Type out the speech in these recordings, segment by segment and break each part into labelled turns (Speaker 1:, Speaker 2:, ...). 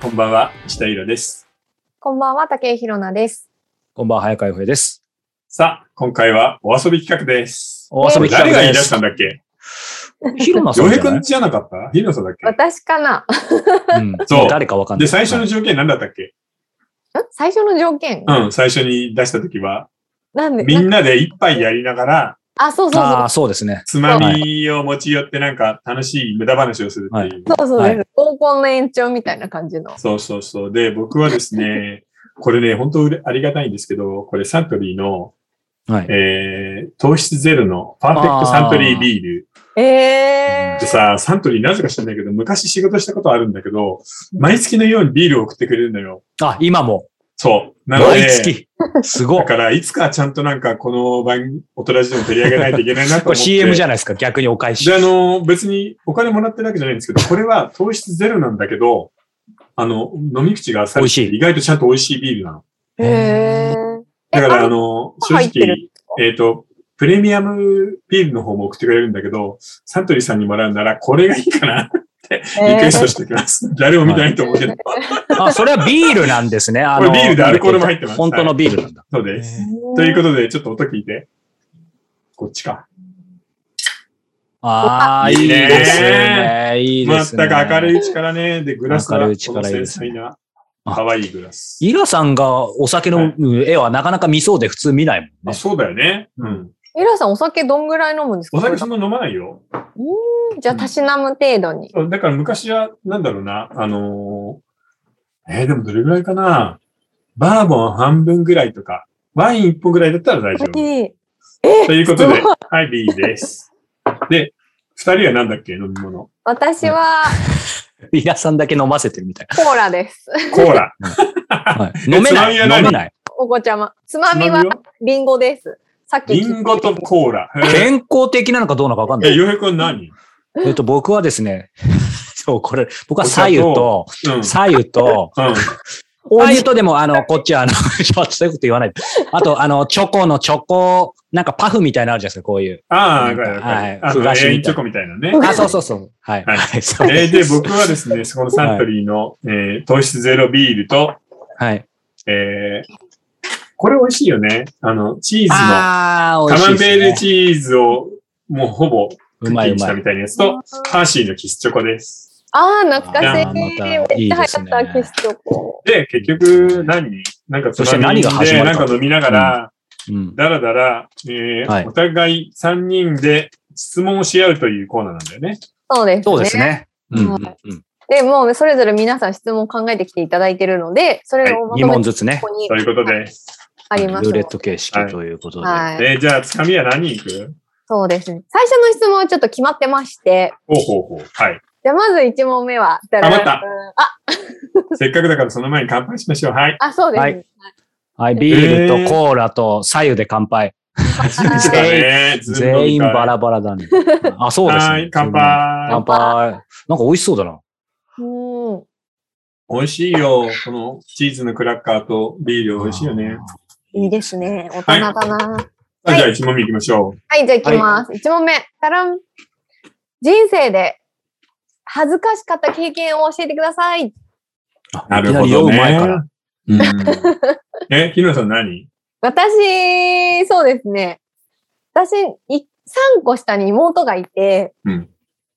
Speaker 1: こんばんは、下色です。
Speaker 2: こんばんは、竹井ひろなです。
Speaker 3: こんばんは、早川洋平です。
Speaker 1: さあ、今回はお遊び企画です。
Speaker 3: お遊び
Speaker 1: 誰
Speaker 3: 企
Speaker 1: が
Speaker 3: 画
Speaker 1: 言い
Speaker 3: で
Speaker 1: 出し
Speaker 3: す
Speaker 1: た。んだっけ
Speaker 3: ひろなさ
Speaker 1: 洋
Speaker 3: んじ
Speaker 1: 平く
Speaker 3: ゃなんい
Speaker 1: じゃなかったヒロさんだっけ
Speaker 2: 私かな
Speaker 3: うん
Speaker 1: そう
Speaker 3: 誰かわかんない。
Speaker 1: で、最初
Speaker 3: は
Speaker 1: の
Speaker 3: い
Speaker 1: 条件何だったっけ、
Speaker 2: ん最初の条件、
Speaker 1: うん、最初に出した時は、
Speaker 2: なんで
Speaker 1: みん
Speaker 2: な
Speaker 1: なで一杯やりながら、
Speaker 2: あ、そうそう
Speaker 3: ああ、そうですね。
Speaker 1: つまみを持ち寄ってなんか楽しい無駄話をするっていう。
Speaker 2: そう。そうそうです、
Speaker 3: は
Speaker 2: 高校の延長みたいな感じの。
Speaker 1: そうそうそう。で、僕はですね、 これね、本当うれありがたいんですけど、これサントリーの、
Speaker 3: はい。
Speaker 1: えー、糖質ゼロのパーフェクトサントリービール。
Speaker 2: え
Speaker 1: で
Speaker 2: ー。
Speaker 1: さ、サントリーなぜか知らないけど、昔仕事したことあるんだけど、毎月のようにビールを送ってくれるのよ。
Speaker 3: あ、今も。
Speaker 1: そう。なの
Speaker 3: 毎
Speaker 1: で、
Speaker 3: 月。すごい
Speaker 1: だ。からいつかちゃんとなんかこの番、大人時でも取り上げないといけないなと
Speaker 3: こ
Speaker 1: 思っ
Speaker 3: れ
Speaker 1: て。
Speaker 3: CM じゃないですか、逆にお返し
Speaker 1: で、。あの、別にお金もらってるわけじゃないんですけど、これは糖質ゼロなんだけど、あの、飲み口がさ
Speaker 3: 美味しい
Speaker 1: 意外とちゃんと美味しいビールなの。
Speaker 2: えー。
Speaker 1: だから、あ
Speaker 2: の、
Speaker 1: の、正
Speaker 2: 入ってる
Speaker 1: 直、えっ、と、プレミアムビールの方も送ってくれるんだけど、サントリーさんにもらうなら、これがいいかなってリクエストしておきます。誰も見ないと思うけど。
Speaker 3: あ、それはビールなんですね。あの
Speaker 1: これビールでアルコールも入ってます
Speaker 3: 本当のビールなんだ。
Speaker 1: そうです。ということで、ちょっと音聞いて。こっちか。
Speaker 3: ああ、
Speaker 1: い
Speaker 3: い
Speaker 1: い
Speaker 3: い
Speaker 1: ね
Speaker 3: ですね。いいですね。
Speaker 1: 全く明るいうちからね。で、グラスはこ
Speaker 3: 明る
Speaker 1: の
Speaker 3: いうちからいい
Speaker 1: 繊
Speaker 3: ですね
Speaker 1: 細な、
Speaker 3: あ
Speaker 1: 可愛いグラス。
Speaker 3: イラさんがお酒の絵はなかなか見そうで普通見ないもん
Speaker 1: あ
Speaker 3: ね。
Speaker 1: そうだよね。うん。
Speaker 2: イラさん、お酒どんぐらい飲むんですか
Speaker 1: お酒そんな飲まないよ。
Speaker 2: じゃあ、たしなむ程度に。
Speaker 1: そうだから昔は、なんだろうな、あのーえーでもどれぐらいかな。バーボン半分ぐらいとか、ワイン一本ぐらいだったら大丈夫。
Speaker 2: え
Speaker 1: ということで、はい、ビールです。で、二人はなんだっけ、飲み物。
Speaker 2: 私は、
Speaker 3: イラさんだけ飲ませてるみたい
Speaker 2: コーラです。
Speaker 1: コー ラ。
Speaker 3: な。はい飲めない。
Speaker 1: つまみは何
Speaker 3: 飲めない。
Speaker 2: お子ちゃま。つまみは
Speaker 1: つまみ、
Speaker 2: リンゴです。さっき
Speaker 1: リ
Speaker 2: 聞いた。
Speaker 1: ンゴとコーラ。え
Speaker 3: 健康的なのかどうなのかわかんない
Speaker 1: ー、。洋平くん何
Speaker 3: えっと、僕はですね、 そう、これ、僕は左右と、
Speaker 1: うん。うん。
Speaker 3: 左右 と、左右とでも、あの、こっちは、あの、 ちょっとそういうこと言わないで。あと、あの、チョコのチョコ、なんかパフみたいなのあるじゃないですか、こう いう。
Speaker 1: ああ、わかるわか
Speaker 3: はい
Speaker 1: る。あと、
Speaker 3: ふがしみたい
Speaker 1: 永遠チョコみたいなね。
Speaker 3: あ、そうそうそう。はい。
Speaker 1: はい
Speaker 3: はい。そう
Speaker 1: えーで、僕はですね、そこのサントリーの、えー糖質ゼロビールと、
Speaker 3: はい。
Speaker 1: えーこれ美味しいよね。あの、チーズの。
Speaker 3: あー、美
Speaker 1: カ
Speaker 3: 味
Speaker 1: マ
Speaker 3: しい
Speaker 1: ン
Speaker 3: で
Speaker 1: ベール
Speaker 3: すね。
Speaker 1: チーズをもうほぼ
Speaker 3: う
Speaker 1: クッ
Speaker 3: ま
Speaker 1: キ
Speaker 3: い
Speaker 1: ー
Speaker 3: う
Speaker 1: にし
Speaker 3: ま
Speaker 1: た
Speaker 3: い
Speaker 1: み。たいなやつと、ハーシーのキスチョコです。
Speaker 2: ああ、懐かしい。
Speaker 1: あー
Speaker 3: また
Speaker 2: めっ
Speaker 3: いい
Speaker 2: ちゃ流行
Speaker 3: で
Speaker 2: っ
Speaker 3: すね
Speaker 2: た、キスチョコ。
Speaker 1: で、結局何、なんかつまみ
Speaker 3: そして何が始まる
Speaker 1: で
Speaker 3: か
Speaker 1: なんか飲みながら、
Speaker 3: うん。
Speaker 1: だらだら、えー
Speaker 3: はい
Speaker 1: お互い3人で質問をし合うというコーナーなんだよね。
Speaker 2: そうですね。
Speaker 3: そうですね。うんうん
Speaker 2: は
Speaker 3: うん。
Speaker 2: で、もうそれぞれ皆さん質問を考えてきていただいてるので、それをま
Speaker 3: 2
Speaker 2: と
Speaker 3: 問
Speaker 2: めて
Speaker 3: ずつね
Speaker 2: こ。こに
Speaker 1: ということで、
Speaker 2: あ
Speaker 3: ル
Speaker 2: ります
Speaker 3: ー
Speaker 2: の
Speaker 3: レ
Speaker 2: で
Speaker 3: ッ。ト形式ということで。は
Speaker 2: はい。
Speaker 1: えーじゃあ、つかみは何いく
Speaker 2: そうですね。最初の質問はちょっと決まってまして、
Speaker 1: ほうほうほう。 はい。
Speaker 2: じゃあまず1問目は、あ
Speaker 1: 待った
Speaker 2: あ、
Speaker 1: せっかくだからその前に乾杯しましょう。はい。
Speaker 2: あ、そうですね。
Speaker 3: い。ビールとコーラと左右で乾杯。
Speaker 1: 初めてだね。ズーム飲
Speaker 3: 全
Speaker 1: み
Speaker 3: 員
Speaker 1: 会
Speaker 3: バラバラだね。あ、そうですね。
Speaker 1: はい、乾
Speaker 3: 乾
Speaker 1: 杯。
Speaker 3: 杯。なんか美味しそうだな。
Speaker 2: うん。
Speaker 1: 美味しいよ。このチーズのクラッカーとビール美味しいよね。
Speaker 2: いいですね。大人だな。はい、
Speaker 1: さあじゃあ1問目行きましょ
Speaker 2: じゃあいきます。1問目。たらん。人生で恥ずかしかった経験を教えてください。
Speaker 3: あ
Speaker 1: う。ない
Speaker 3: きなり酔う前から。。
Speaker 1: うん、 え、日野さん何
Speaker 2: 私、そうですね。私、い3個下に妹がいて、
Speaker 1: うん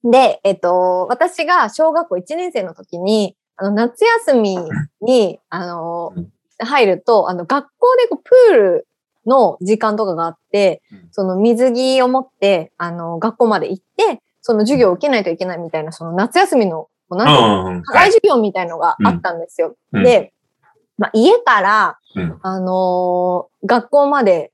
Speaker 2: で、えっと、私が小学校1年生の時に、あの夏休みに、あの
Speaker 1: うん、
Speaker 2: 入ると、あの、学校でこうプールの時間とかがあって
Speaker 1: うん、
Speaker 2: その水着を持って、あの、学校まで行って、その授業を受けないといけないみたいな、その夏休みの、こうなんていうの
Speaker 1: うん。
Speaker 2: 課外授業みたいのがあったんですよ。
Speaker 1: うんうん
Speaker 2: で、まあ、家から、
Speaker 1: うん
Speaker 2: あのー学校まで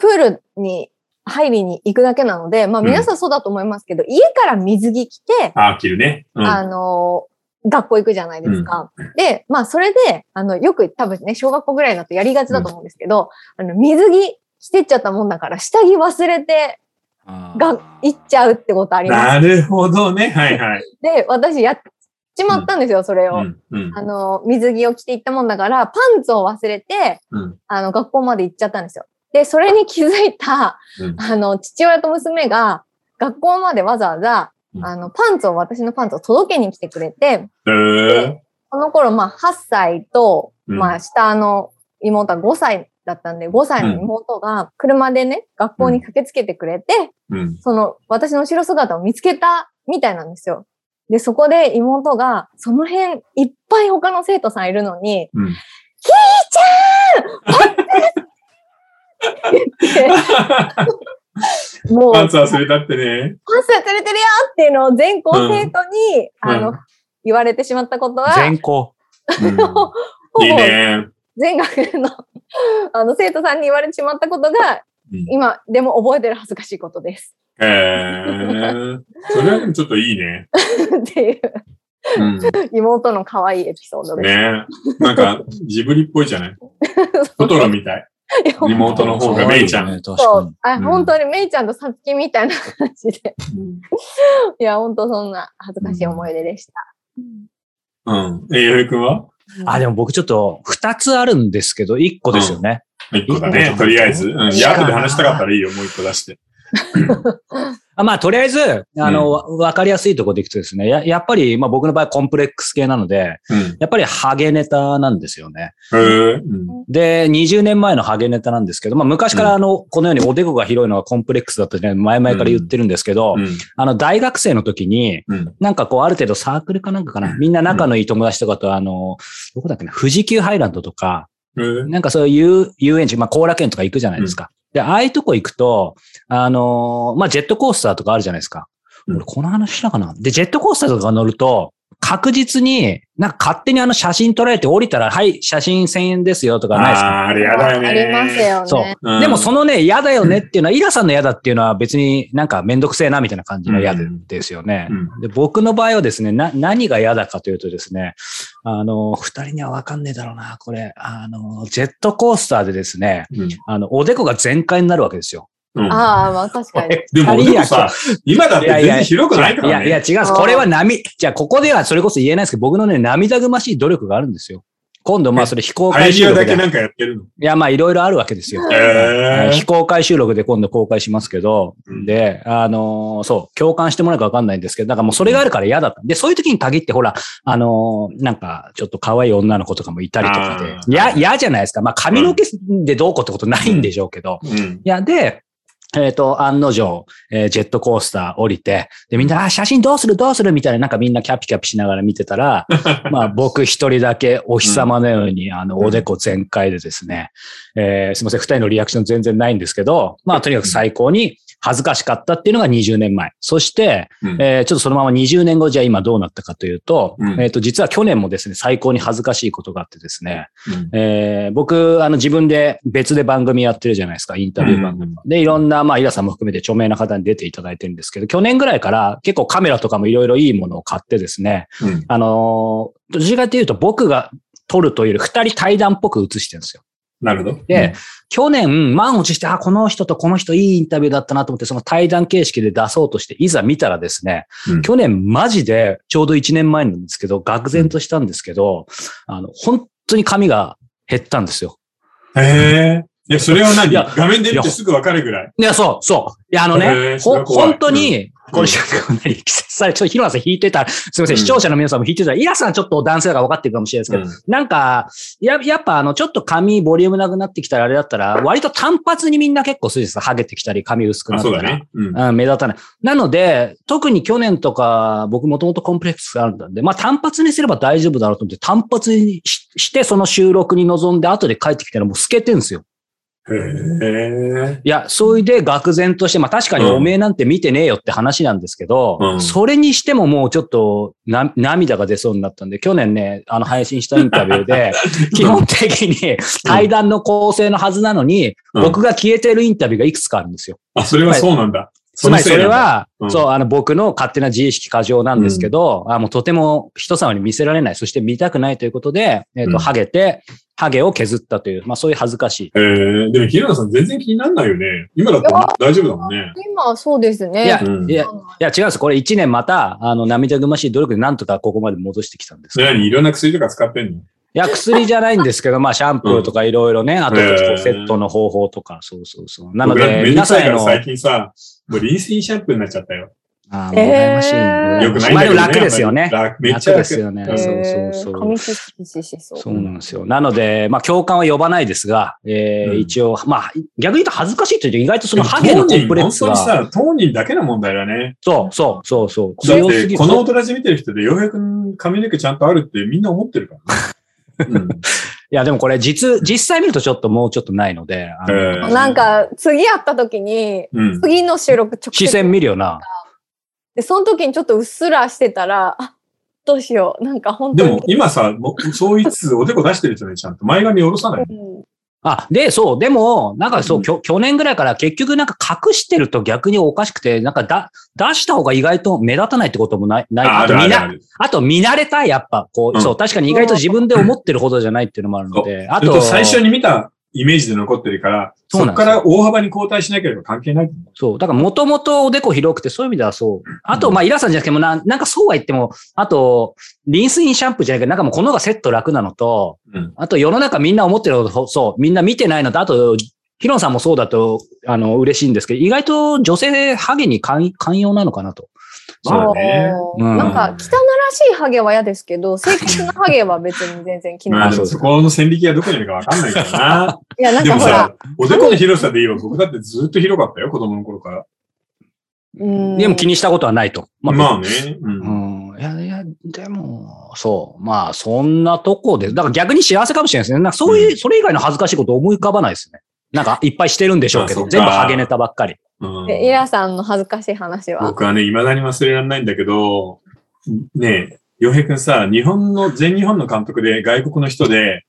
Speaker 2: プールに入りに行くだけなので、まあ
Speaker 1: うん
Speaker 2: 皆さんそうだと思いますけど、家から水着着て、
Speaker 1: あ、切るね。うん。
Speaker 2: あのー学校行くじゃないですか。で、まあそれで、あの、よく多分ね、小学校ぐらいだとやりがちだと思うんですけど、あの、水着着てっちゃったもんだから、下着忘れて、が、行っちゃうってことあります。
Speaker 1: なるほどね。はい はい。
Speaker 2: で、私やっちまったんですよ、それを。
Speaker 1: うん。うん
Speaker 2: あの、水着を着て行ったもんだから、パンツを忘れて、
Speaker 1: うん。
Speaker 2: あの、学校まで行っちゃったんですよ。で、それに気づいた、
Speaker 1: うん
Speaker 2: あの、父親と娘が、学校までわざわざ
Speaker 1: う、ん
Speaker 2: あの、パンツを、私のパンツを届けに来てくれて、
Speaker 1: えー
Speaker 2: この頃、まあ、8歳と、
Speaker 1: うん
Speaker 2: まあ、下の妹は5歳だったんで、5歳の妹が車でね、学校に駆けつけてくれて、
Speaker 1: うん。
Speaker 2: その、私の後ろ姿を見つけたみたいなんですよ。で、そこで妹が、その辺、いっぱい他の生徒さんいるのに、
Speaker 1: うん。
Speaker 2: もう、
Speaker 1: パ
Speaker 2: パ
Speaker 1: ン
Speaker 2: ン
Speaker 1: ツ忘れたってね。
Speaker 2: サー連れてるよっていうのを全校生徒に、
Speaker 1: うん
Speaker 2: あの、
Speaker 1: うん
Speaker 2: 言われてしまったことは、
Speaker 3: 全校。
Speaker 1: うん、
Speaker 2: ほぼ
Speaker 1: いいね。
Speaker 2: 全学年の あの生徒さんに言われてしまったことが、
Speaker 1: うん
Speaker 2: 今でも覚えてる恥ずかしいことです。
Speaker 1: えー、それはでもちょっといいね。
Speaker 2: っていう
Speaker 1: うん、ね
Speaker 2: 妹の可愛いエピソードです。
Speaker 1: なんか、ジブリっぽいじゃないトトロみたい。
Speaker 2: いや
Speaker 1: リモートの方がメイちゃん
Speaker 3: 可愛いね。確
Speaker 2: そ
Speaker 3: かに
Speaker 2: う。あ、
Speaker 1: うん
Speaker 2: 本当にメイちゃんとサツキみたいな感じで。 いや、本当そんな恥ずかしい思い出でした。
Speaker 1: うん。え、よいくんは
Speaker 3: あ、でも僕ちょっと二つあるんですけど、一個ですよね。
Speaker 1: 一個だね。とりあえず。うん。いや、後で話したかったらいいよ。もう一個出して。
Speaker 3: あまあ、とりあえず、あの、わわかりやすいところでいくとですね、ややっぱり、まあ僕の場合コンプレックス系なので、
Speaker 1: うん。
Speaker 3: やっぱりハゲネタなんですよね。
Speaker 1: へーうん。
Speaker 3: で、20年前のハゲネタなんですけど、まあ昔からあの、このようにおでこが広いのがコンプレックスだったじゃない、前々から言ってるんですけど、
Speaker 1: うん。
Speaker 3: あの、大学生の時に、
Speaker 1: うん。
Speaker 3: なんかこう、ある程度サークルかなんかかな、みんな仲のいい友達とかと、あの、どこだっけな、富士急ハイランドとか、
Speaker 1: うん。
Speaker 3: なんかそういう遊園地、まあ、後楽園とか行くじゃないですか。で、ああいうとこ行くと、あのーまあ、ジェットコースターとかあるじゃないですか。
Speaker 1: うん
Speaker 3: 俺、この話したかなで、ジェットコースターとか乗ると、確実に、なんか勝手にあの写真撮られて降りたら、はい、写真1000円ですよと
Speaker 1: あ
Speaker 3: かないですか。
Speaker 1: あー、あれやだよね。
Speaker 2: ありますよね。
Speaker 3: そう
Speaker 1: うん。
Speaker 3: でもそのね、嫌だよねっていうのは、イラさんの嫌だっていうのは別になんかめんどくせえなみたいな感じの嫌で
Speaker 1: うん
Speaker 3: ですよね
Speaker 1: う。ん。
Speaker 3: で僕の場合はですね、な、何が嫌だかというとですね、あの、二人にはわかんねえだろうな、これ。あの、ジェットコースターでですね、
Speaker 1: うん。
Speaker 3: あの、おでこが全開になるわけですよ。
Speaker 1: うん
Speaker 2: ああ、まあ確かに。
Speaker 1: でも、
Speaker 3: 二
Speaker 1: で
Speaker 3: 人
Speaker 1: も
Speaker 3: や
Speaker 1: さ、今だって全然広くないか
Speaker 3: い
Speaker 1: ら
Speaker 3: や
Speaker 1: ね。
Speaker 3: いや、違うんです。
Speaker 2: あー
Speaker 3: これは波、じゃあ、ここではそれこそ言えないですけど、僕のね、涙ぐましい努力があるんですよ。今度、まあ、それ非公
Speaker 1: ア
Speaker 3: 開
Speaker 1: イデ
Speaker 3: 収
Speaker 1: ィア
Speaker 3: 録
Speaker 1: だけ
Speaker 3: で。
Speaker 1: なんかやってるの。
Speaker 3: いや、まあ、いろいろあるわけですよ。
Speaker 1: へ
Speaker 3: はい非
Speaker 1: ー
Speaker 3: 公開収録で今度公開しますけど
Speaker 1: うん、
Speaker 3: で、あのーそう、共感してもらうかわかんないんですけど、だからもうそれがあるから嫌だった。で、そういう時に限って、ほら、あのーなんか、ちょっと可愛い女の子とかもいたりとかで
Speaker 1: あ、ー
Speaker 3: いや、嫌じゃないですか。まあ、髪の毛でどうこうってことないんでしょうけど、
Speaker 1: うん。
Speaker 3: いや、で、えっ、と、案の定、えージェットコースター降りて、で、みんな、あ、写真どうするどうするみたいな、なんかみんなキャピキャピしながら見てた ら、まあ、僕一人だけお日様のように、あの、おでこ全開でですね、えーすいません、二人のリアクション全然ないんですけど、まあ、とにかく最高に恥ずかしかったっていうのが20年前。そして、
Speaker 1: うん
Speaker 3: えーちょっとそのまま20年後、じゃあ今どうなったかというと、
Speaker 1: うん
Speaker 3: えっ、と、実は去年もですね、最高に恥ずかしいことがあってですね、
Speaker 1: うん
Speaker 3: えー僕、あの、自分で別で番組やってるじゃないですか、インタビュー番組。で、いろんな、まあ、イラさんも含めて著名な方に出ていただいてるんですけど、去年ぐらいから結構カメラとかもいろいろいいものを買ってですね、
Speaker 1: うん
Speaker 3: あのーどちらかというと僕が撮るというより二人対談っぽく映してるんですよ。
Speaker 1: なるほど。
Speaker 3: で、去年、満を持して、あ、この人とこの人いいインタビューだったなと思って、その対談形式で出そうとして、いざ見たらですね、
Speaker 1: うん
Speaker 3: 去年マジで、ちょうど1年前なんですけど、愕然としたんですけど、あの、本当に髪が減ったんですよ。
Speaker 1: へえ。いや、それは何
Speaker 3: いや
Speaker 1: 画面で見てすぐわかるぐらい。
Speaker 3: いや、そう、そう。いや、あの
Speaker 1: へ
Speaker 3: ね
Speaker 1: ー、それ
Speaker 3: ほ、
Speaker 1: は怖い
Speaker 3: 本当に、
Speaker 1: ん
Speaker 3: これ、ちょっと何、季節され、ちょっと、ヒロナさん引いてたら、すみませ
Speaker 1: うん
Speaker 3: ん、視聴者の皆さんも引いてたら、イラさんはちょっと男性だから分かってるかもしれないですけど、なんか、や、やっぱあの、ちょっと髪、ボリュームなくなってきたらあれだったら、割と単発にみんな結構するんですよハゲてきたり、髪薄く
Speaker 1: あ、
Speaker 3: なった
Speaker 1: そう
Speaker 3: ら。
Speaker 1: だね。うん。
Speaker 3: うん、目立たない。なので、特に去年とか、僕もともとコンプレックスがあるんで、まあ単発にすれば大丈夫だろうと思って、単発にしして、その収録に臨んで、後で帰ってきたらもう透けてるんですよ。
Speaker 1: へえ。
Speaker 3: いや、それで愕然として、まあ確かに
Speaker 1: うん
Speaker 3: おめえなんて見てねえよって話なんですけど、
Speaker 1: うん
Speaker 3: それにしてももうちょっとな涙が出そうになったんで、去年ね、あの配信したインタビュー で、基本的に対談の構成のはずなのに、
Speaker 1: うん
Speaker 3: 僕が消えてるインタビューがいくつかあるんですよ。
Speaker 1: あ、それはそうなんだ。
Speaker 3: つまりそれ
Speaker 1: の
Speaker 3: は、
Speaker 1: うん
Speaker 3: そう、あの僕の勝手な自意識過剰なんですけど、あもうとても人様に見せられない、そして見たくないということで、えっ、と、
Speaker 1: うん
Speaker 3: ハゲて、ハゲを削ったという、まあそういう恥ずかしい。
Speaker 1: せいなんだ。へえ。でも、平野さん全然気にならないよね。今だったら大丈夫だもんね。
Speaker 2: 今はそうですね。
Speaker 3: いや、
Speaker 1: うん
Speaker 3: いや、いや違うんです。これ1年また、あの、涙ぐましい努力でなんとかここまで戻してきたんです
Speaker 1: そ
Speaker 3: けど。
Speaker 1: れにいろんな薬とか使ってんの
Speaker 3: いや、薬じゃないんですけど、まあ、シャンプーとかいろいろね、あと、
Speaker 1: へー
Speaker 3: セットの方法とか、そうそうそう。なの
Speaker 1: 僕ら
Speaker 3: で、
Speaker 1: めんど
Speaker 3: 皆
Speaker 1: く
Speaker 3: さ
Speaker 1: さ
Speaker 3: ん
Speaker 1: い
Speaker 3: へ
Speaker 1: から
Speaker 3: の、
Speaker 1: 最近さ、もうリンスインシャンプーになっちゃったよ。
Speaker 3: ああ、もう羨ましいな。
Speaker 2: えー
Speaker 1: よくないん
Speaker 3: まあ
Speaker 1: だけど、ね。
Speaker 3: でも楽ですよね。
Speaker 1: 楽。めっ
Speaker 3: 楽
Speaker 1: ちゃ楽。
Speaker 3: ですよね。
Speaker 1: うん
Speaker 3: そうそうそ
Speaker 2: えー
Speaker 3: う。
Speaker 2: 紙知識しそう。
Speaker 3: そうなんですよ。なので、まあ、共感は呼ばないですが、えー
Speaker 1: うん
Speaker 3: 一応、まあ、逆に言うと恥ずかしいというと、意外とそ
Speaker 1: で
Speaker 3: の
Speaker 1: も
Speaker 3: ハゲの
Speaker 1: 当
Speaker 3: コン
Speaker 1: 人、
Speaker 3: プレッ
Speaker 1: 本
Speaker 3: クス
Speaker 1: 当に
Speaker 3: が、
Speaker 1: さ、当人だけの問題だね。
Speaker 3: そう、そう、そう、そう、
Speaker 1: だっ
Speaker 3: 強すぎ
Speaker 1: て、
Speaker 3: る
Speaker 1: この大人じみてる人で、洋平くん髪の毛ちゃんとあるってみんな思ってるからね。うん
Speaker 3: いや、でもこれ、実、実際見るとちょっともうちょっとないので、あの
Speaker 1: えー
Speaker 2: なんか、次会った時に、
Speaker 1: うん。
Speaker 2: 次の収録直
Speaker 3: 視
Speaker 2: 接
Speaker 3: 線見るよな。
Speaker 2: で、その時にちょっとうっすらしてたら、あ、どうしよう。なんか本
Speaker 1: で
Speaker 2: 当
Speaker 1: も
Speaker 2: に。
Speaker 1: 今さ、もうそういつおでこ出してるじゃない、ちゃんと。前髪下ろさない。
Speaker 2: うん
Speaker 3: あ、で、そう、でも、なんかそう、
Speaker 1: うん
Speaker 3: きょ去年ぐらいから結局なんか隠してると逆におかしくて、なんかだ、出した方が意外と目立たないってこともない、ない。
Speaker 1: あ
Speaker 3: あ
Speaker 1: あ
Speaker 3: と
Speaker 1: るあ
Speaker 3: 見
Speaker 1: る
Speaker 3: な
Speaker 1: あ、る。
Speaker 3: あと見慣れた、やっぱ、こう、
Speaker 1: うん
Speaker 3: そう、確かに意外と自分で思ってるほどじゃないっていうのもあるので、あ
Speaker 1: あと
Speaker 3: と、
Speaker 1: 最初に見たイメージで残ってるから、そ
Speaker 3: そう
Speaker 1: こ
Speaker 3: なんです
Speaker 1: か
Speaker 3: よ
Speaker 1: ら大幅に後退しなければ関係ない。
Speaker 3: そう。だから、もともとおでこ広くて、そういう意味ではそう。あと、まあ、イラさんじゃなくても、なんなんかそうは言っても、あと、リンスインシャンプーじゃなくて、なんかもうこの方がセット楽なのと、
Speaker 1: うん
Speaker 3: あと、世の中みんな思ってるほど、そう、みんな見てないのと、あと、ヒロンさんもそうだと、あの、嬉しいんですけど、意外と女性、ハゲに寛寛容なのかなと。
Speaker 1: まあね
Speaker 2: そう
Speaker 3: うん
Speaker 2: なんか、汚らしいハゲは嫌ですけど、清潔なハゲは別に全然気に
Speaker 1: ま
Speaker 2: な
Speaker 1: あ
Speaker 2: る
Speaker 1: で。もそこの線引きがどこにあるかわかんないからな。
Speaker 2: いや、なん
Speaker 1: で
Speaker 2: か
Speaker 1: も
Speaker 2: ほら、
Speaker 1: さ、おでこの広さで言えば僕だってずっと広かったよ、子供の頃から。
Speaker 2: うん
Speaker 3: でも気にしたことはないと。
Speaker 1: まあ、
Speaker 3: まあ
Speaker 1: ね。う。
Speaker 3: うんん。いや、いや、でも、そう。まあ、そんなとこで、だから逆に幸せかもしれないですね。なんかそういう、
Speaker 1: うん
Speaker 3: それ以外の恥ずかしいこと思い浮かばないですね。なんか、いっぱいしてるんでしょうけ
Speaker 1: あそ
Speaker 3: ど、
Speaker 1: っか
Speaker 3: 全部ハゲネタばっかり。
Speaker 1: うん
Speaker 2: えイラさんの恥ずかしい話は。
Speaker 1: 僕はね、未だに忘れられないんだけど、ねえ、洋平くんさ、日本の、全日本の監督で外国の人で、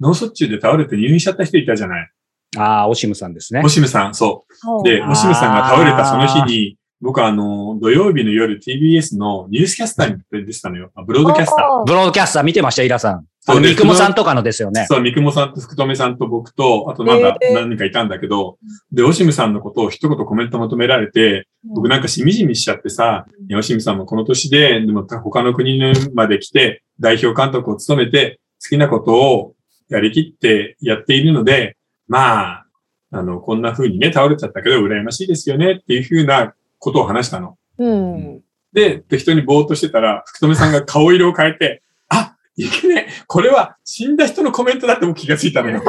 Speaker 1: 脳卒中で倒れて入院しちゃった人いたじゃない。
Speaker 3: ああ、オシムさんですね
Speaker 1: オ。シムさん、そう。
Speaker 2: そう
Speaker 1: で、
Speaker 3: あー
Speaker 1: オシムさんが倒れたその日に、僕はあの、土曜日の夜 TBS のニュースキャスターに出てたのよ。あブロードキャスタ
Speaker 2: おー
Speaker 3: ブロードキャスター見てました、イラさん。あ
Speaker 1: そう
Speaker 3: の、
Speaker 1: です
Speaker 3: 三雲さんとかのですよ
Speaker 1: ー。
Speaker 3: ね。
Speaker 1: そう、三雲さんと福留さんと僕と、あとなんか
Speaker 2: えー
Speaker 1: 何人かいたんだけど、で、オシムさんのことを一言コメント求められて、僕なんかしみじみしちゃってさ、いやオシムさんもこの年で、でも他の国まで来て、代表監督を務めて、好きなことをやりきってやっているので、まあ、あの、こんな風にね、倒れちゃったけど、羨ましいですよね、っていう風なことを話したの。
Speaker 2: うん。
Speaker 1: で、適当にぼーっとしてたら、福留さんが顔色を変えて、あ、いけねえ、これは死んだ人のコメントだって僕気がついたの よ。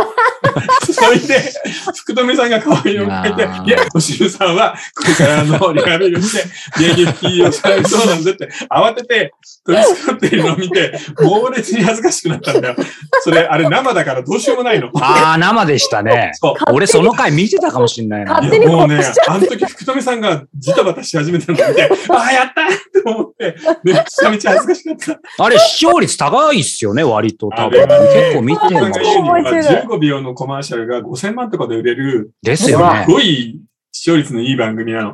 Speaker 1: それで、福留さんが顔色を変えて
Speaker 3: いや、ー
Speaker 1: いや、おしるさんは、これからあのリハビリをして、現役復帰をされるそうなんだって、慌てて取り繕っているのを見て、猛烈に恥ずかしくなったんだよ。それ、あれ生だからどうしようもないの。
Speaker 3: ああ、生でしたね。
Speaker 1: そう。
Speaker 3: 俺、その回見てたかもしんないな。
Speaker 2: 勝
Speaker 1: い
Speaker 2: 手
Speaker 1: や
Speaker 2: に
Speaker 1: もう
Speaker 2: こ
Speaker 1: ね
Speaker 2: うしち、
Speaker 1: あの時福留さんがジタバタし始めたのを見て、ああ、やったーって思って、めちゃめちゃ恥ずかしかった。
Speaker 3: あれ、視聴率高いっすよね、割と。多分。
Speaker 1: あれ
Speaker 3: 結構見てる
Speaker 1: な
Speaker 3: の
Speaker 1: ん
Speaker 3: か
Speaker 1: か
Speaker 3: も
Speaker 1: 言
Speaker 3: し
Speaker 1: うにはい
Speaker 3: れな。
Speaker 2: 面白い
Speaker 1: 15秒のコマーシャルが5000万とかで売れる、
Speaker 3: です
Speaker 1: す
Speaker 3: よね。
Speaker 1: ごい視聴率のいい番組なの。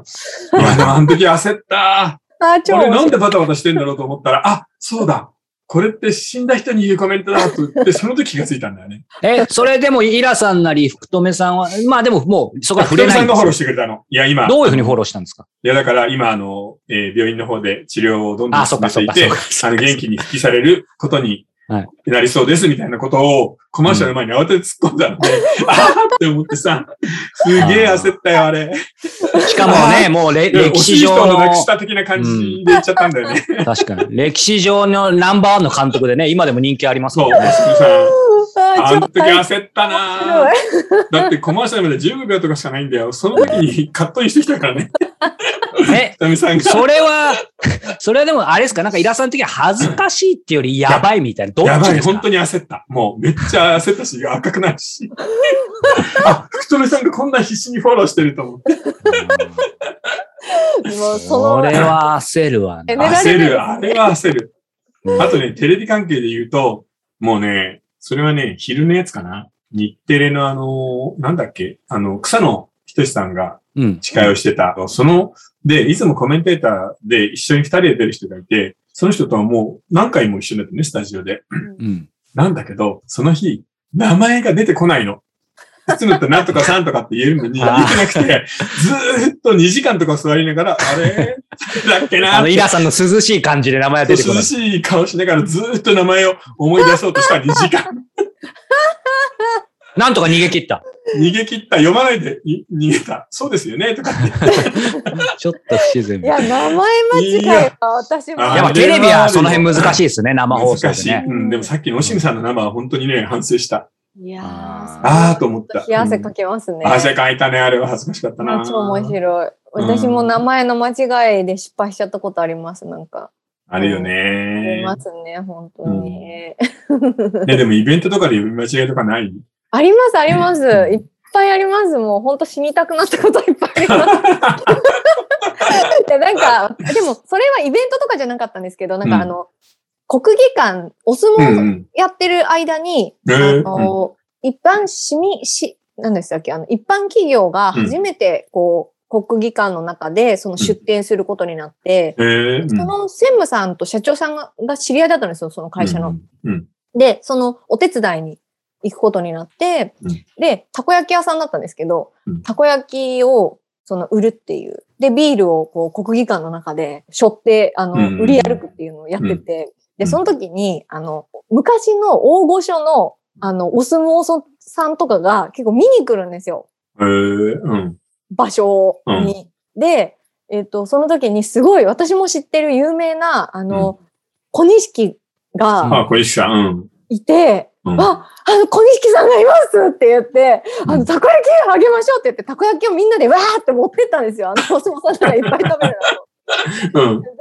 Speaker 1: いや、でもあの時焦った。
Speaker 2: あ、超
Speaker 1: 俺
Speaker 2: 面
Speaker 1: な
Speaker 2: 白
Speaker 1: ん
Speaker 2: い。
Speaker 1: でバタバタしてんだろうと思ったら、あ、そうだ。これって死んだ人に言うコメントだと言って、その時気がついたんだよね。
Speaker 3: え、それでも、イラさんなり、福留さんは、まあでも、もう、そこは
Speaker 1: 福
Speaker 3: 触
Speaker 1: 留
Speaker 3: れな
Speaker 1: さ
Speaker 3: い
Speaker 1: ん
Speaker 3: ん
Speaker 1: が
Speaker 3: で
Speaker 1: フォロ
Speaker 3: すよ
Speaker 1: ーしてくれたの。いや、今。
Speaker 3: どういうふうにフォローしたんですか
Speaker 1: いや、だから今、あの、えー病院の方で治療をどんどん
Speaker 3: あ、
Speaker 1: 進
Speaker 3: そっ
Speaker 1: め
Speaker 3: かそ
Speaker 1: て
Speaker 3: っ
Speaker 1: い
Speaker 3: かそ
Speaker 1: て
Speaker 3: っ、か。
Speaker 1: あの、元気に復帰されることに
Speaker 3: はい
Speaker 1: なりそうですみたいなことをコマーシャルの前に慌てて突っ込んだので、 ああって思ってさ、すげえ焦ったよ、あれ。
Speaker 3: しかもね、もうれ
Speaker 1: でも
Speaker 3: 歴史
Speaker 1: 惜
Speaker 3: 上
Speaker 1: しい人をな
Speaker 3: の
Speaker 1: くし、た的な感じで言っちゃったんだよね。
Speaker 3: 確かに。歴史上のナンバーワンの監督でね、今でも人気あります
Speaker 1: そ
Speaker 3: も
Speaker 1: う、
Speaker 3: ん
Speaker 1: おし
Speaker 3: ね。
Speaker 1: くさん。
Speaker 2: あ
Speaker 1: あ
Speaker 2: ー
Speaker 1: の
Speaker 2: 超
Speaker 1: 時
Speaker 2: 大変
Speaker 1: 焦ったなぁだってコマーシャルまで15秒とかしかないんだよ。その時にカットインしてきたからね、
Speaker 3: え、
Speaker 1: ダミさんが。
Speaker 3: それは、それはでもあれですかなんかイラさんの時は恥ずかしいっていうよりやばいみたいな。ど
Speaker 1: や
Speaker 3: っ
Speaker 1: ば
Speaker 3: ち
Speaker 1: い、
Speaker 3: です
Speaker 1: 本
Speaker 3: か
Speaker 1: 当に焦った。もうめっちゃ焦ったし、赤くなるし。あ、福留さんがこんな必死にフォローしてると思って。
Speaker 2: もうそ
Speaker 3: そ
Speaker 2: の
Speaker 3: れは焦るわね
Speaker 2: エ。ネ
Speaker 1: 焦る、あれは焦る。あとね、テレビ関係で言うと、もうね、それはね、昼のやつかな。日テレのあの、なんだっけ、あの、草野仁さんが
Speaker 3: うん。
Speaker 1: 司会をしてた。その、で、いつもコメンテーターで一緒に二人で出る人がいて、その人とはもう何回も一緒になってね、スタジオで。
Speaker 3: うん。
Speaker 1: なんだけど、その日、名前が出てこないの。いつもだったらなんとかさんとかって言えるのに、言
Speaker 3: あー
Speaker 1: えなくて、ずーっと2時間とか座りながら、あれだっけな
Speaker 3: あ
Speaker 1: っ
Speaker 3: の、
Speaker 1: て
Speaker 3: イラさんの涼しい感じで名前が出てこな
Speaker 1: 涼
Speaker 3: い。
Speaker 1: しい顔しながらずーっと名前を思い出そうとした2時間。
Speaker 3: なんとか逃げ切った。
Speaker 1: 逃げ切った、読まないでに逃げた。そうですよね、とかっ て。
Speaker 3: ちょっと不自然。
Speaker 2: いや、名前間違いは私も。
Speaker 1: いや
Speaker 3: やっぱテレビはその辺難しいですね、生放送
Speaker 1: 難
Speaker 3: で
Speaker 1: しい。
Speaker 3: ね。
Speaker 1: うん、でもさっきのオシムさんの生は本当にね、反省した。
Speaker 2: いやー
Speaker 1: あーと思った
Speaker 2: 冷や汗かきますね。
Speaker 1: 汗かいたね、あれは恥ずかしかったな。
Speaker 2: あ超面白い。私も名前の間違いで失敗しちゃったことあります、なんか。
Speaker 1: あるよ
Speaker 2: あり
Speaker 1: ね。
Speaker 2: ますね、本当に。
Speaker 1: ね、でもイベントとかで読み間違いとかない
Speaker 2: あります、あります。いっぱいあります。もう本当死にたくなったこといっぱいあり ます。いや、なんか、でも、それはイベントとかじゃなかったんですけど、なんかあの、国技館、お相
Speaker 1: うんう
Speaker 2: 撲
Speaker 1: ん。
Speaker 2: やってる間に、
Speaker 1: へー
Speaker 2: あの、一般市民、し、なんでしたっけ、あの、一般企業が初めて、こう、国技館の中で、その出展することになって、
Speaker 1: へえ。うん
Speaker 2: その専務さんと社長さんがが知り合いだったんですよ、その会社の。。
Speaker 1: うん。
Speaker 2: で、そのお手伝いに行くことになって、
Speaker 1: うん
Speaker 2: で、たこ焼き屋さんだったんですけど、
Speaker 1: うん
Speaker 2: たこ焼きをその売るっていう。で、ビールをこう国技館の中で背負って、あの、
Speaker 1: うん
Speaker 2: 売り歩くっていうのをやってて、
Speaker 1: うん
Speaker 2: で、その時に、あの、昔の大御所の、あの、お相撲さんとかが結構見に来るんですよ。
Speaker 1: へえ。うん。
Speaker 2: 場所に。で、えっ、と、その時にすごい、私も知ってる有名な、あの、小錦が、
Speaker 1: あ、小石さん。うん。
Speaker 2: いて、
Speaker 1: うん
Speaker 2: あ、あの、小錦さんがいますって言って、
Speaker 1: うん
Speaker 2: あの、たこ焼きあげましょうって言って、たこ焼きをみんなでわーって持ってったんですよ。あ の、お相撲さんならいっぱい食べる
Speaker 1: うん。
Speaker 2: なと。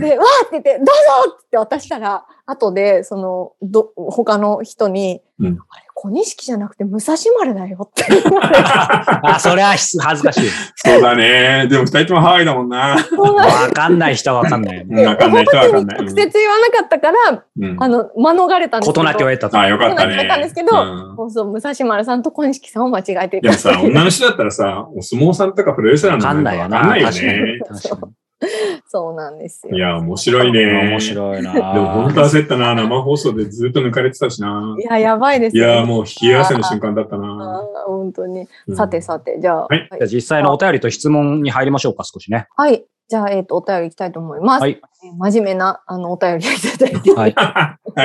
Speaker 2: で、わーって言って、どうぞって言って渡したら、後で、その、ど、他の人に、
Speaker 1: うん
Speaker 2: あれ、小錦じゃなくて武蔵丸だよって言われて
Speaker 3: あ、それはひ恥ずかしい。
Speaker 1: そうだね。でも二人ともハワイだもんな。
Speaker 2: そうなん
Speaker 3: わかんない人はわかん ない。
Speaker 1: うんわかんない人はわかんない。
Speaker 2: 直接言わなかったから、
Speaker 1: うん。
Speaker 2: あの、免れたんですけ
Speaker 3: 事
Speaker 2: ど。
Speaker 3: なきを得たと。
Speaker 1: あ、よかったね。
Speaker 2: そうなんですけど
Speaker 1: うん
Speaker 2: そうそう、武蔵丸さんと小錦さんを間違えてい
Speaker 1: でも
Speaker 2: た。
Speaker 1: さ、女の人だったらさ、お相撲さんとかプロレスラー
Speaker 3: わか
Speaker 1: の
Speaker 3: ん
Speaker 1: 名前
Speaker 3: ないよ
Speaker 1: わ
Speaker 3: な。
Speaker 1: かんないよ
Speaker 3: 確か
Speaker 1: ね
Speaker 3: に。。確か
Speaker 2: そうなんですよ。
Speaker 1: いや、面白い
Speaker 3: に。
Speaker 1: ね。
Speaker 3: 面白いな。で
Speaker 1: でも本当焦ったな。生放送でずっと抜かれてたしな。
Speaker 2: いや、やばいです
Speaker 1: い
Speaker 2: ね
Speaker 1: や、もう冷や汗の瞬間だった
Speaker 2: あ
Speaker 1: な。
Speaker 2: ー本当に。
Speaker 1: うん
Speaker 2: さてさて、じゃあ、
Speaker 1: はい
Speaker 3: じゃあ実際のお便りと質問に入りましょうか、少しね。
Speaker 2: はい。じゃあ、えっ、と、お便りいきたいと思います。
Speaker 3: はい。
Speaker 2: えー真面目な、あの、お便りをいた だいて。
Speaker 3: は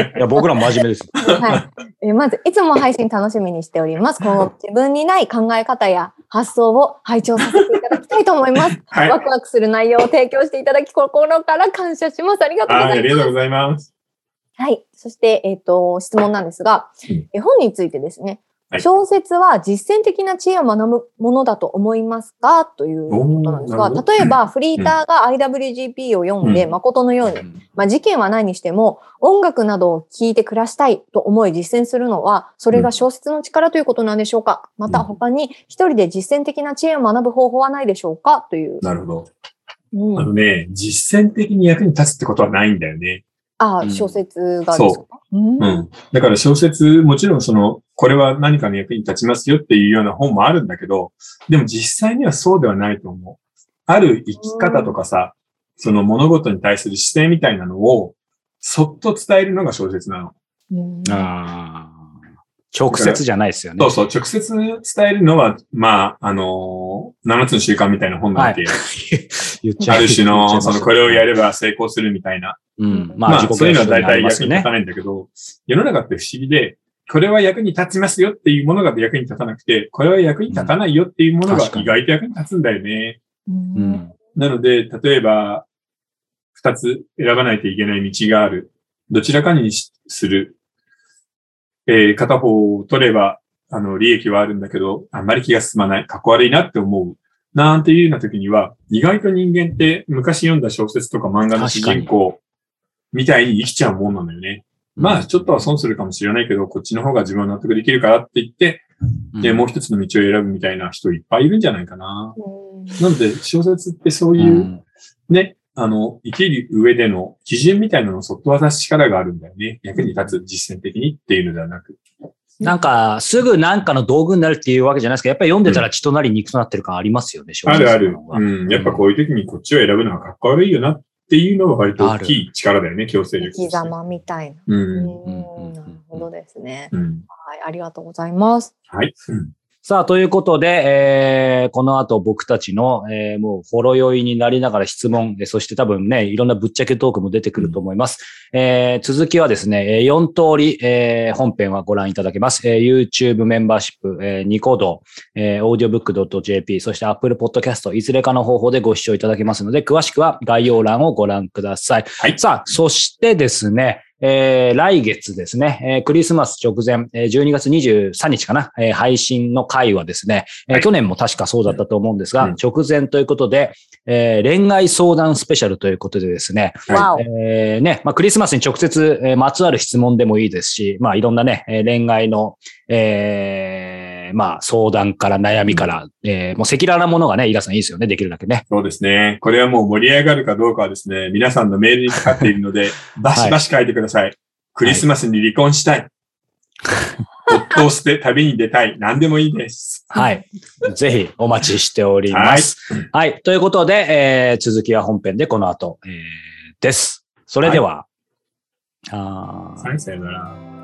Speaker 3: い。いや、僕らも真面目です。
Speaker 2: はい。えーまず、いつも配信楽しみにしております。今後、自分にない考え方や発想を拝聴させていただきたいと思います。
Speaker 1: はい。
Speaker 2: ワ
Speaker 1: はい
Speaker 2: クワクする内容を提供していただき、心から感謝します。ありがとうご
Speaker 1: あ
Speaker 2: ざいます
Speaker 1: り。がとうございます。
Speaker 2: はい。そして、えっ、と、質問なんですが、
Speaker 1: うん
Speaker 2: 絵本についてですね、
Speaker 1: はい
Speaker 2: 小説は実践的な知恵を学ぶものだと思いますかということなんです
Speaker 1: おーな
Speaker 2: が、
Speaker 1: るほ
Speaker 2: 例えば、フリーターが IWGP を読んで、
Speaker 1: うん
Speaker 2: 誠のように、まあ、事件はないにしても、音楽などを聴いて暮らしたいと思い実践するのは、それが小説の力ということなんでしょうかまた、他に一人で実践的な知恵を学ぶ方法はないでしょうかという。
Speaker 1: なるほ
Speaker 2: う
Speaker 1: ど。あ
Speaker 2: ん、
Speaker 1: のね、実践的に役に立つってことはないんだよね。
Speaker 2: あ
Speaker 3: う
Speaker 2: あ、
Speaker 3: ん
Speaker 2: 小説がですかうん
Speaker 1: うん。だから小説、もちろんその、これは何かの役に立ちますよっていうような本もあるんだけど、でも実際にはそうではないと思う。ある生き方とかさ、その物事に対する姿勢みたいなのを、そっと伝えるのが小説なの。
Speaker 2: うん
Speaker 3: あー直接じゃないですよね
Speaker 1: そ。うそう、直接伝えるのは、まあ、あのー、7つの習慣みたいな本なんて、
Speaker 3: 言っちゃ
Speaker 1: あ
Speaker 3: う
Speaker 1: る種
Speaker 3: 言っ
Speaker 1: の、
Speaker 3: ちゃ
Speaker 1: そ
Speaker 3: います
Speaker 1: の、これをやれば成功するみたいな。
Speaker 3: うん。まあ、
Speaker 1: まあ、
Speaker 3: 自己
Speaker 1: そういうのは大
Speaker 3: にな
Speaker 1: 体
Speaker 3: ります
Speaker 1: 役
Speaker 3: よ
Speaker 1: に立
Speaker 3: ね
Speaker 1: た。ないんだけど、世の中って不思議で、これは役に立ちますよっていうものが役に立たなくて、これは役に立たないよっていうもの
Speaker 3: うん
Speaker 1: が
Speaker 3: 確かに
Speaker 1: 意外と役に立つんだよね。
Speaker 3: う
Speaker 2: うん
Speaker 3: ん。
Speaker 1: なので、例えば、二つ選ばないといけない道がある。どちらかにしする。えー片方を取れば、あの、利益はあるんだけど、あんまり気が進まない。かっこ悪いなって思う。なんていうような時には、意外と人間って昔読んだ小説とか漫画の主人公みたいに生きちゃうもんなのよね。まあ、ちょっとは損するかもしれないけど、こっちの方が自分は納得できるからって言って、
Speaker 3: うん、
Speaker 1: で、もう一つの道を選ぶみたいな人いっぱいいるんじゃないかな。
Speaker 2: うん
Speaker 1: なので、小説ってそう
Speaker 3: う
Speaker 1: いうんね、あの、生きる上での基準みたいなのをそっと渡す力があるんだよね。役に立つ、実践的にっていうのではなく。
Speaker 3: なんか、すぐなんかの道具になるっていうわけじゃないですけど、やっぱり読んでたら血となり肉となってる感ありますよね、正
Speaker 1: あ
Speaker 3: 直
Speaker 1: るあ
Speaker 3: そ
Speaker 1: る
Speaker 3: の。方が
Speaker 1: うん。やっぱこういう時にこっちを選ぶのはかっこ悪いよなっていうのが割と大きい力だよね、強制
Speaker 2: 生
Speaker 1: 力。
Speaker 2: き。様みたいな。
Speaker 1: う。
Speaker 2: うんん
Speaker 3: うんうんうん
Speaker 2: なるほどですね。
Speaker 1: うん。
Speaker 2: はい、ありがとうございます。
Speaker 1: はい。うん
Speaker 3: さあ、ということで、えー、この後僕たちの、えー、もう、ほろ酔いになりながら質問、えーそして多分ね、いろんなぶっちゃけトークも出てくると思います。えー、続きはですね、えー4通り、えー、本編はご覧いただけます。えー、YouTube メンバーシップ、えー、ニコ動、えー、audiobook.jp、そして Apple Podcast、いずれかの方法でご視聴いただけますので、詳しくは概要欄をご覧ください。
Speaker 1: はい
Speaker 3: さあ、そしてですね、えー、来月ですね、えークリスマス直前、えー12月23日かな、えー配信の回はですね、えー
Speaker 1: はい
Speaker 3: 去年も確かそうだったと思うんですが、
Speaker 1: うん
Speaker 3: 直前ということで、えー恋愛相談スペシャルということでですね、
Speaker 2: わお。
Speaker 3: えーね、まあ、クリスマスに直接、えーまつわる質問でもいいですし、まあ、いろんなね、えー恋愛の、えーまあ、相談から悩みから、えーもう赤裸々なものがね、イラさんいいですよね、できるだけね。
Speaker 1: そうですね。これはもう盛り上がるかどうかはですね、皆さんのメールにかかっているので、バシバシ書いてください。クリスマスに離婚したい。 夫を捨て旅に出たい。何でもいいです。
Speaker 3: はい。ぜひお待ちしております。はい、ということで、えー続きは本編でこの後、えーです。それでは、あー
Speaker 1: はい、さよなら。